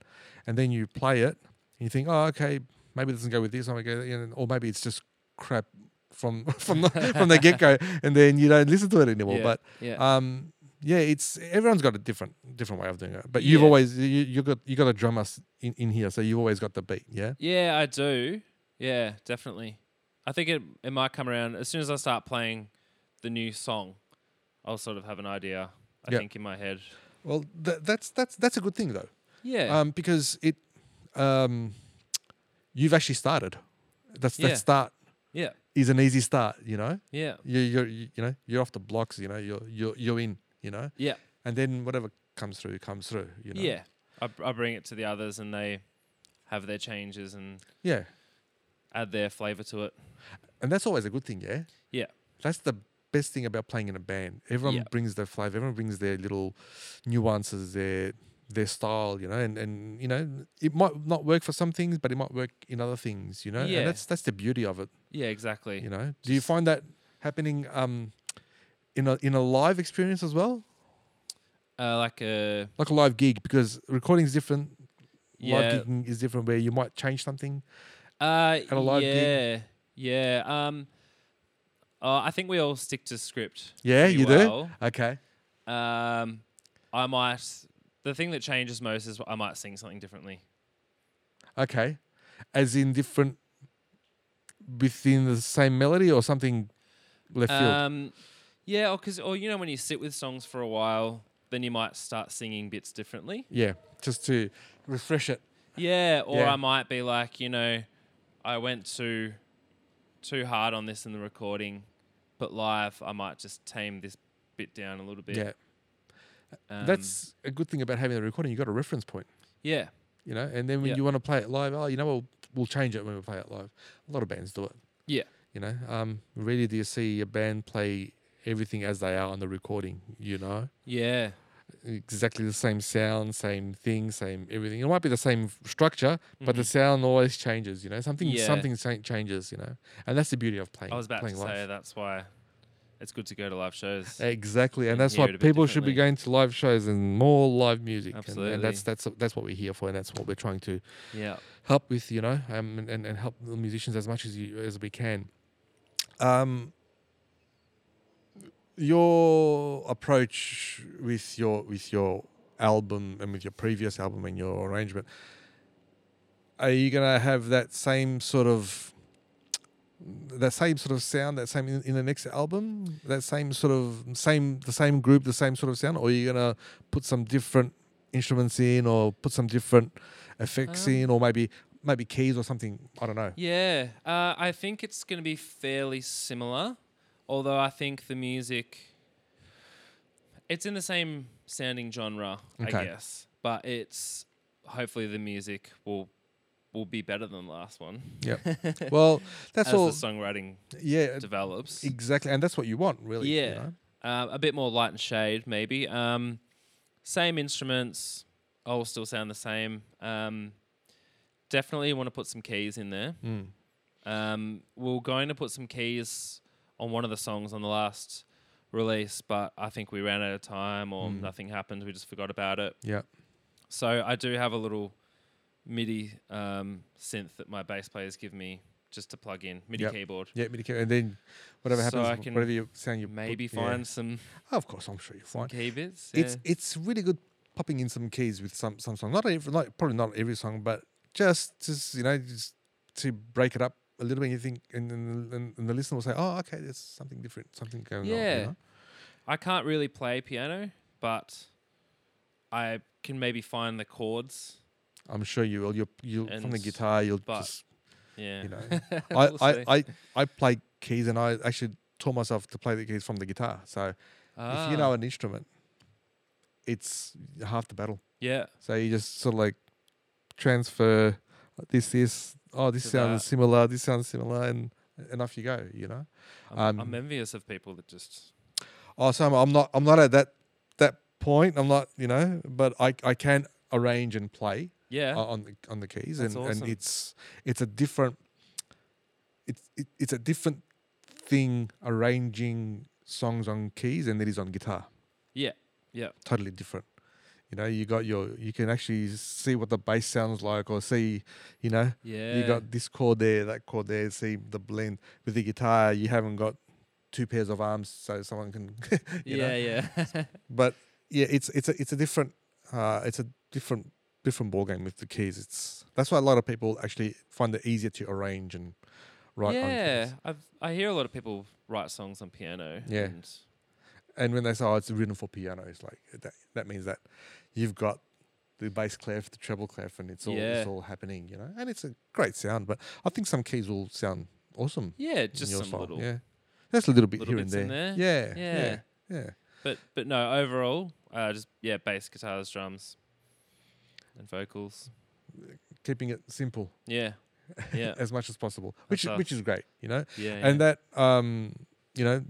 Speaker 2: and then you play it and you think, oh, okay, maybe it doesn't go with this. I'm go, you know, or maybe it's just crap from from the, from the get go, and then you don't listen to it anymore.
Speaker 3: yeah.
Speaker 2: But
Speaker 3: yeah,
Speaker 2: um yeah it's everyone's got a different different way of doing it but you've
Speaker 3: Yeah.
Speaker 2: always you, you got you got a drummer s- in, in here so you've always got the beat yeah
Speaker 3: Yeah, I do. Yeah, definitely. I think it it might come around as soon as I start playing the new song. I'll sort of have an idea. I
Speaker 2: Yeah.
Speaker 3: think in my head.
Speaker 2: well tha that's that's that's a good thing though
Speaker 3: Yeah.
Speaker 2: um because it um you've actually started that's
Speaker 3: Yeah.
Speaker 2: that start
Speaker 3: yeah.
Speaker 2: is an easy start you know
Speaker 3: Yeah.
Speaker 2: you you're you, you know you're off the blocks you know you're you're you're in you know
Speaker 3: Yeah.
Speaker 2: and then whatever comes through comes through you know
Speaker 3: Yeah. I, I bring it to the others and they have their changes and
Speaker 2: yeah
Speaker 3: add their flavor to it.
Speaker 2: and that's always a good thing, yeah.
Speaker 3: Yeah.
Speaker 2: that's the best thing about playing in a band. Everyone
Speaker 3: Yeah.
Speaker 2: brings their flavor. Everyone brings their little nuances, their their style, you know. And and you know, it might not work for some things, but it might work in other things, you know.
Speaker 3: Yeah.
Speaker 2: And that's that's the beauty of it,
Speaker 3: Yeah, exactly.
Speaker 2: you know. Do you find that happening um in a in a live experience as well,
Speaker 3: Uh, like a
Speaker 2: like a live gig? Because recording is different.
Speaker 3: yeah.
Speaker 2: Live gigging is different, where you might change something.
Speaker 3: Uh,
Speaker 2: a live gig?
Speaker 3: yeah. Yeah. Um, uh, I think we all stick to script.
Speaker 2: Yeah,
Speaker 3: pretty
Speaker 2: you
Speaker 3: well.
Speaker 2: do. Okay.
Speaker 3: Um, I might. The thing that changes most is I might sing something differently.
Speaker 2: Okay. As in different within the same melody or something left field.
Speaker 3: Um, yeah, or because or you know when you sit with songs for a while, then you might start singing bits differently.
Speaker 2: Yeah. Just to refresh it.
Speaker 3: Yeah, or
Speaker 2: Yeah.
Speaker 3: I might be like, you know, I went too too hard on this in the recording, but live I might just tame this bit down a little bit.
Speaker 2: Yeah.
Speaker 3: Um,
Speaker 2: That's a good thing about having the recording. You got a reference point,
Speaker 3: yeah,
Speaker 2: you know, and then when
Speaker 3: Yeah.
Speaker 2: you want to play it live, oh, you know, we'll, we'll change it when we play it live. A lot of bands do it.
Speaker 3: Yeah.
Speaker 2: You know, um, really, do you see a band play everything as they are on the recording, you know?
Speaker 3: yeah,
Speaker 2: exactly the same sound, same thing, same everything. It might be the same f- structure, but the sound always changes. You know, something
Speaker 3: Mm-hmm. Yeah.
Speaker 2: something cha- changes. You know, and that's the beauty of playing.
Speaker 3: I was about to
Speaker 2: playing
Speaker 3: say
Speaker 2: live.
Speaker 3: that's why it's good to go to live shows.
Speaker 2: Exactly, and
Speaker 3: and
Speaker 2: that's
Speaker 3: hear
Speaker 2: why
Speaker 3: it a bit
Speaker 2: people should be
Speaker 3: differently.
Speaker 2: going to live shows and more live music. and- and, that's
Speaker 3: Absolutely.
Speaker 2: that's that's what we're here for, and that's what we're trying to
Speaker 3: Yeah,
Speaker 2: help with. You know, um, and, and and help the musicians as much as you as we can. Um, your approach with your with your album and with your previous album and your arrangement are you going to have that same sort of that same sort of sound that same in, in the next album that same sort of same the same group the same sort of sound or are you going to put some different instruments in or put some different effects
Speaker 3: Um,
Speaker 2: in or maybe maybe keys or something i don't know
Speaker 3: Yeah, uh, I think it's going to be fairly similar, although I think the music it's in the same sounding genre, I
Speaker 2: Okay.
Speaker 3: guess, but it's hopefully the music will will be better than the last one.
Speaker 2: Yep. well that's
Speaker 3: as
Speaker 2: all Uh, e-
Speaker 3: the songwriting
Speaker 2: yeah
Speaker 3: develops.
Speaker 2: exactly and that's what you want really you
Speaker 3: Yeah.
Speaker 2: know?
Speaker 3: Uh, a bit more light and shade, maybe. Um, same instruments, all still sound the same. Um, definitely want to put some keys in there.
Speaker 2: Mm.
Speaker 3: Um, we are going to put some keys on one of the songs on the last release, but I think we ran out of time or
Speaker 2: Hmm.
Speaker 5: Mm.
Speaker 3: nothing happened. We just forgot about it.
Speaker 5: Yeah.
Speaker 3: So I do have a little MIDI um, synth that my bass players give me just to plug in MIDI
Speaker 5: Yep.
Speaker 3: keyboard.
Speaker 5: Yeah, Medicare. And then whatever
Speaker 3: So
Speaker 5: happens,
Speaker 3: I
Speaker 5: wh-
Speaker 3: can
Speaker 5: whatever you sound you put-
Speaker 3: Maybe
Speaker 5: yeah.
Speaker 3: find some,
Speaker 2: Oh, Of course, I'm sure you're
Speaker 3: some
Speaker 2: fine.
Speaker 3: key bits.
Speaker 2: It's
Speaker 3: yeah.
Speaker 2: it's really good popping in some keys with some some song. Not every, not probably not every song, but just just you know just to break it up a little bit. You think and and, and, and the listener will say, oh, okay, there's something different, something going on. you
Speaker 3: Yeah.
Speaker 2: know?
Speaker 3: I can't really play piano, but I can maybe find the chords.
Speaker 2: I'm sure you will. You you from the
Speaker 3: And-
Speaker 2: guitar, you'll
Speaker 3: but-
Speaker 2: just
Speaker 3: Yeah.
Speaker 2: you know. I,
Speaker 3: We'll see.
Speaker 2: I, I I play keys and I actually taught myself to play the keys from the guitar. So if
Speaker 3: Ah,
Speaker 2: you know an instrument, it's half the battle.
Speaker 3: yeah.
Speaker 2: So you just sort of like transfer this is oh this
Speaker 3: To
Speaker 2: sounds
Speaker 3: that.
Speaker 2: similar, this sounds similar, and and off you go. You know.
Speaker 3: I'm, I'm
Speaker 2: Um,
Speaker 3: envious of people that just.
Speaker 2: Oh, so I'm, I'm not I'm not at that that point. I'm not you know, but I I can arrange and play
Speaker 3: Yeah.
Speaker 2: o- on the on the keys,
Speaker 3: That's
Speaker 2: and,
Speaker 3: awesome.
Speaker 2: and it's it's a different it's it, it's a different thing arranging songs on keys and it is on guitar.
Speaker 3: Yeah, yeah.
Speaker 2: totally different. You know, you got your you can actually see what the bass sounds like, or see, you know,
Speaker 3: yeah.
Speaker 2: you got this chord there, that chord there. See the blend with the guitar. You haven't got two pairs of arms, so someone can. you know,
Speaker 3: yeah, yeah.
Speaker 2: but yeah, it's it's a it's a different uh, it's a different different ball game with the keys. It's that's why a lot of people actually find it easier to arrange and write.
Speaker 3: yeah,
Speaker 2: on keys.
Speaker 3: I've, I hear a lot of people write songs on piano.
Speaker 2: Yeah.
Speaker 3: And
Speaker 2: and when they say oh, it's written for piano, it's like that that means that you've got the bass clef, the treble clef, and it's all
Speaker 3: Yeah.
Speaker 2: it's all happening, you know. And it's a great sound, but I think some keys will sound awesome.
Speaker 3: yeah,
Speaker 2: in
Speaker 3: just
Speaker 2: your
Speaker 3: some
Speaker 2: style,
Speaker 3: little.
Speaker 2: yeah. That's a little bit
Speaker 3: little
Speaker 2: here and
Speaker 3: bits
Speaker 2: there.
Speaker 3: in
Speaker 2: Yeah, yeah,
Speaker 3: Yeah.
Speaker 2: yeah,
Speaker 3: But but no, overall, uh, just yeah, bass, guitars, drums, and vocals.
Speaker 2: Keeping it simple
Speaker 3: Yeah, yeah,
Speaker 2: as much as possible, which is,
Speaker 3: us.
Speaker 2: which is great, you know.
Speaker 3: yeah.
Speaker 2: and
Speaker 3: yeah.
Speaker 2: that um you know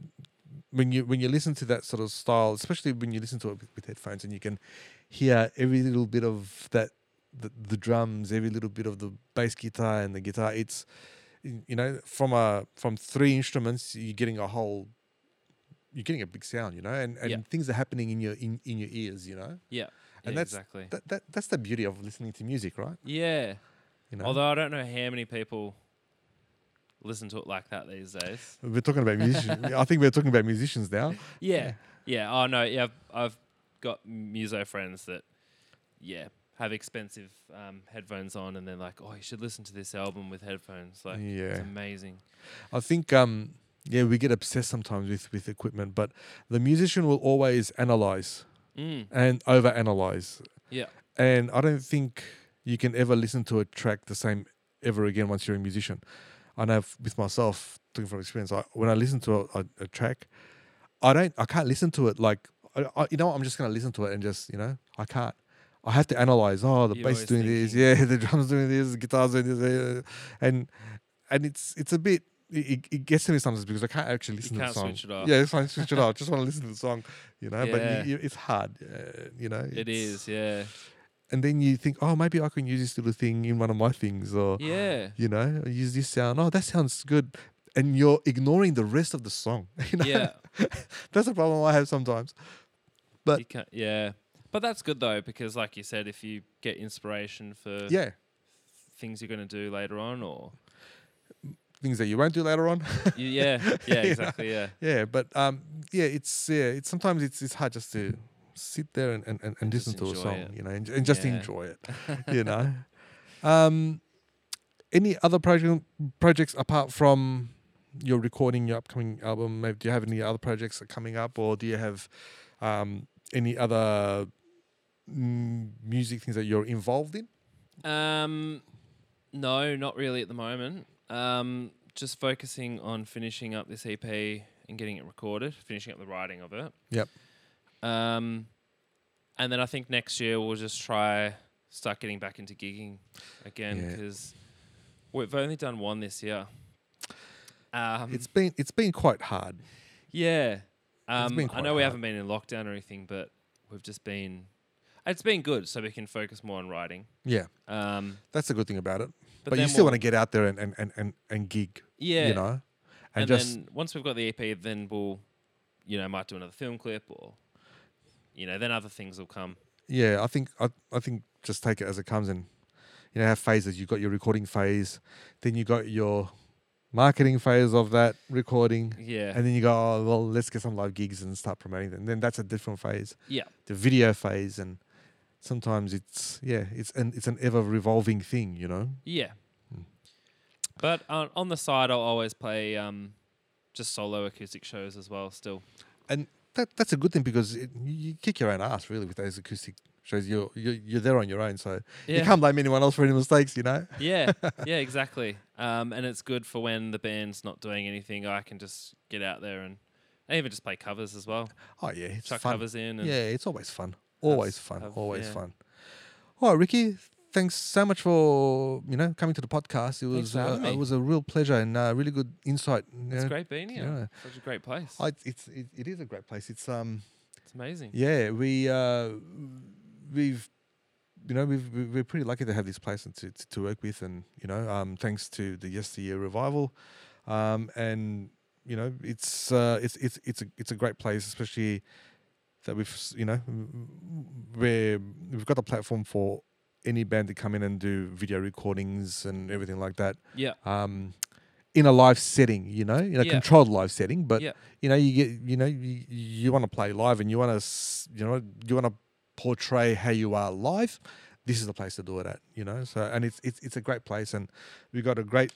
Speaker 2: when you when you listen to that sort of style especially when you listen to it with, with headphones and you can hear every little bit of that the, the drums every little bit of the bass guitar and the guitar it's y- you know from a from three instruments you're getting a whole you're getting a big sound you know and and
Speaker 3: Yeah.
Speaker 2: things are happening in your in, in your ears you know
Speaker 3: yeah,
Speaker 2: and
Speaker 3: yeah,
Speaker 2: that's-
Speaker 3: exactly.
Speaker 2: that, that that's the beauty of listening to music right
Speaker 3: yeah.
Speaker 2: you know
Speaker 3: Although I don't know how many people listen to it like that these days.
Speaker 2: we're talking about musicians i think we're talking about musicians now
Speaker 3: Yeah. Yeah. Oh no. Yeah. I've, I've got muso friends that, yeah, have expensive um, headphones on, and they're like, "Oh, you should listen to this album with headphones. Like,
Speaker 2: yeah
Speaker 3: it's amazing."
Speaker 2: I think um yeah, we get obsessed sometimes with with equipment, but the musician will always analyze
Speaker 3: Mm.
Speaker 2: and over analyze.
Speaker 3: Yeah.
Speaker 2: And I don't think you can ever listen to a track the same ever again once you're a musician. I know f- with myself, talking from experience, I, when I listen to a, a, a track, I don't, I can't listen to it like, I, I, you know, what, I'm just going to listen to it and just, you know, I can't. I have to analyze. Oh, the
Speaker 3: You're
Speaker 2: bass
Speaker 3: always
Speaker 2: doing this,
Speaker 3: thinking.
Speaker 2: yeah, the drums doing this, the guitars doing this, eh, and and it's it's a bit. It, it- it gets to me sometimes because I can't actually listen
Speaker 3: can't
Speaker 2: to the song.
Speaker 3: switch it off.
Speaker 2: Yeah, it's fine. Switch it off. Just want to listen to the song, you know.
Speaker 3: Yeah.
Speaker 2: But you, you, it's hard, uh, you know.
Speaker 3: It
Speaker 2: it's-
Speaker 3: is. Yeah.
Speaker 2: and then you think, oh, maybe I can use this little thing in one of my things, or
Speaker 3: Yeah.
Speaker 2: you know, use this sound. Oh, that sounds good, and you're ignoring the rest of the song. You know?
Speaker 3: Yeah.
Speaker 2: that's a problem I have sometimes. But-
Speaker 3: you can't, yeah. But that's good though, because like you said, if you get inspiration for
Speaker 2: Yeah,
Speaker 3: things you're going to do later on, or
Speaker 2: things that you won't do later on.
Speaker 3: you, yeah,
Speaker 2: You
Speaker 3: yeah,
Speaker 2: know?
Speaker 3: exactly, yeah,
Speaker 2: yeah, but um, yeah, it's yeah, it's sometimes it's it's hard just to sit there and and, and, and
Speaker 3: just
Speaker 2: listen to a
Speaker 3: enjoy
Speaker 2: song,
Speaker 3: it.
Speaker 2: you know, and, and just
Speaker 3: Yeah.
Speaker 2: enjoy it, you know. Um, any other project projects apart from your recording your upcoming album? Maybe do you have any other projects that are coming up, or do you have um any other mm, music things that you're involved in?
Speaker 3: Um, no, not really at the moment. Um, just focusing on finishing up this EP and getting it recorded, finishing up the writing of it.
Speaker 2: Yep.
Speaker 3: Um, and then I think next year we'll just try start getting back into gigging again
Speaker 2: Yeah.
Speaker 3: because we've only done one this year. Um,
Speaker 2: It's been it's been quite hard.
Speaker 3: yeah. Um,
Speaker 2: been
Speaker 3: I
Speaker 2: quite
Speaker 3: know we
Speaker 2: hard.
Speaker 3: haven't been in lockdown or anything, but we've just been. It's been good, so we can focus more on writing.
Speaker 2: Yeah,
Speaker 3: Um,
Speaker 2: that's a good thing about it. But,
Speaker 3: then
Speaker 2: you still
Speaker 3: we'll-
Speaker 2: want to get out there and and and and, and gig,
Speaker 3: yeah,
Speaker 2: you know, and,
Speaker 3: and
Speaker 2: just
Speaker 3: E then once we've got the EP, then we'll you know, might do another film clip or, you know, then other things will come.
Speaker 2: yeah, I think I, I think just take it as it comes and you know have phases. You've got your recording phase, then you got your marketing phase of that recording,
Speaker 3: Yeah.
Speaker 2: and then you go, oh well, let's get some live gigs and start promoting them. then that's a different phase.
Speaker 3: Yeah.
Speaker 2: The video phase and sometimes it's yeah, it's an it's an ever revolving thing, you know.
Speaker 3: Yeah.
Speaker 2: Hmm.
Speaker 3: But on, on the side, I'll always play um, just solo acoustic shows as well. Still,
Speaker 2: That that's a good thing because it, you you kick your own ass really with those acoustic shows. You're you're, you're there on your own, so you
Speaker 3: yeah,
Speaker 2: can't blame anyone else for any mistakes, you know.
Speaker 3: yeah, yeah, exactly. Um, and it's good for when the band's not doing anything. I can just get out there and, and even just play covers as well.
Speaker 2: Oh yeah, it's
Speaker 3: Chuck
Speaker 2: fun.
Speaker 3: covers in. And
Speaker 2: Yeah, it's always fun. Always
Speaker 3: That's-
Speaker 2: fun.
Speaker 3: I've-
Speaker 2: always
Speaker 3: yeah.
Speaker 2: fun. All right, Ricky. Thanks so much for you know coming to the podcast. It was
Speaker 3: for
Speaker 2: uh,
Speaker 3: having
Speaker 2: it
Speaker 3: me.
Speaker 2: was a real pleasure and uh, really good insight. you
Speaker 3: It's
Speaker 2: know.
Speaker 3: great being here.
Speaker 2: yeah.
Speaker 3: Such a great place.
Speaker 2: I, it's it, it is a great place. It's um
Speaker 3: it's amazing.
Speaker 2: yeah we uh, we've you know we've we- we're pretty lucky to have this place and to to- to work with and you know um thanks to the yesteryear revival, um and you know it's uh it's it's it's a it's a great place especially that we've s- you know w- w- where we've got the platform for any band to come in and do video recordings and everything like that
Speaker 3: Yeah,
Speaker 2: um, in a live setting, you know, in a
Speaker 3: Yeah.
Speaker 2: controlled live setting. But
Speaker 3: Yeah.
Speaker 2: you know, you get, you know, you, you want to play live, and you want to, you know, you want to portray how you are live. This is the place to do it at, you know. So, and it's it's it's a great place, and we've got a great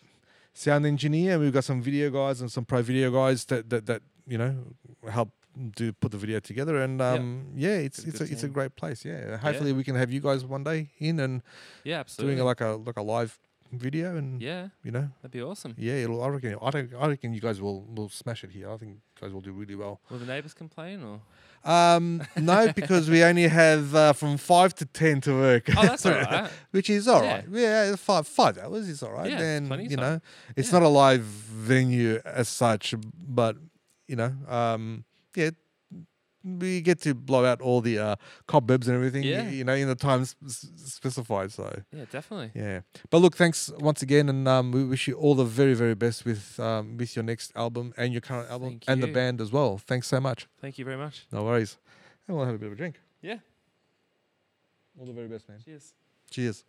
Speaker 2: sound engineer, and we've got some video guys and some pro video guys that that, that you know help do put the video together. And
Speaker 3: Yeah.
Speaker 2: um, yeah, it's
Speaker 3: Got a
Speaker 2: it's a,
Speaker 3: good
Speaker 2: it's a
Speaker 3: team.
Speaker 2: great place. Yeah, hopefully we can have you guys one day in and
Speaker 3: yeah, absolutely.
Speaker 2: doing like a like a live video and
Speaker 3: yeah,
Speaker 2: you know
Speaker 3: that'd be awesome.
Speaker 2: yeah, it'll, I reckon. I don't. I reckon you guys will will smash it here. I think you guys will do really well.
Speaker 3: Will the neighbors complain or?
Speaker 2: Um, no, because we only have uh, from five to ten to work.
Speaker 3: Oh, that's all right.
Speaker 2: Which is all
Speaker 3: Yeah.
Speaker 2: right. Yeah, five five hours is all right.
Speaker 3: Yeah, it's
Speaker 2: and
Speaker 3: plenty of
Speaker 2: you
Speaker 3: time.
Speaker 2: know, it's
Speaker 3: Yeah.
Speaker 2: not a live venue as such, but you know, um, yeah, we get to blow out all the uh, cobwebs and everything.
Speaker 3: Yeah.
Speaker 2: You know, in the times s- specified. So.
Speaker 3: Yeah, definitely.
Speaker 2: Yeah, but look, thanks once again, and um, we wish you all the very, very best with um, with your next album and your current album
Speaker 3: Thank
Speaker 2: and the
Speaker 3: you.
Speaker 2: band as well. Thanks so much.
Speaker 3: Thank you very much.
Speaker 2: No worries. And we'll have a bit of a drink.
Speaker 3: Yeah.
Speaker 2: All the very best, man.
Speaker 3: Cheers.
Speaker 2: Cheers.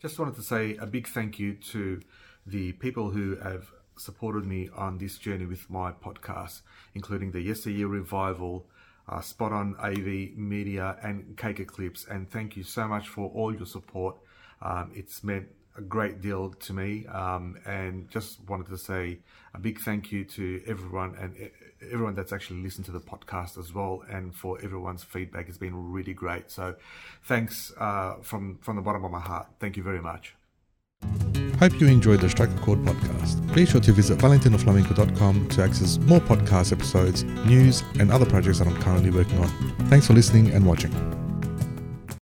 Speaker 2: Just wanted to say a big thank you to the people who have supported me on this journey with my podcast, including the Yesteryear Revival, uh, Spot On AV Media, and Cake Eclipse. And thank you so much for all your support. Um, it's meant a great deal to me. Um, and just wanted to say a big thank you to everyone and e- everyone that's actually listened to the podcast as well, and for everyone's feedback. It's been really great. So, thanks uh, from from the bottom of my heart. Thank you very much.
Speaker 1: Hope you enjoyed the Strike a Chord podcast. Be sure to visit valentinoflamenco.com to access more podcast episodes, news, and other projects that I'm currently working on. Thanks for listening and watching.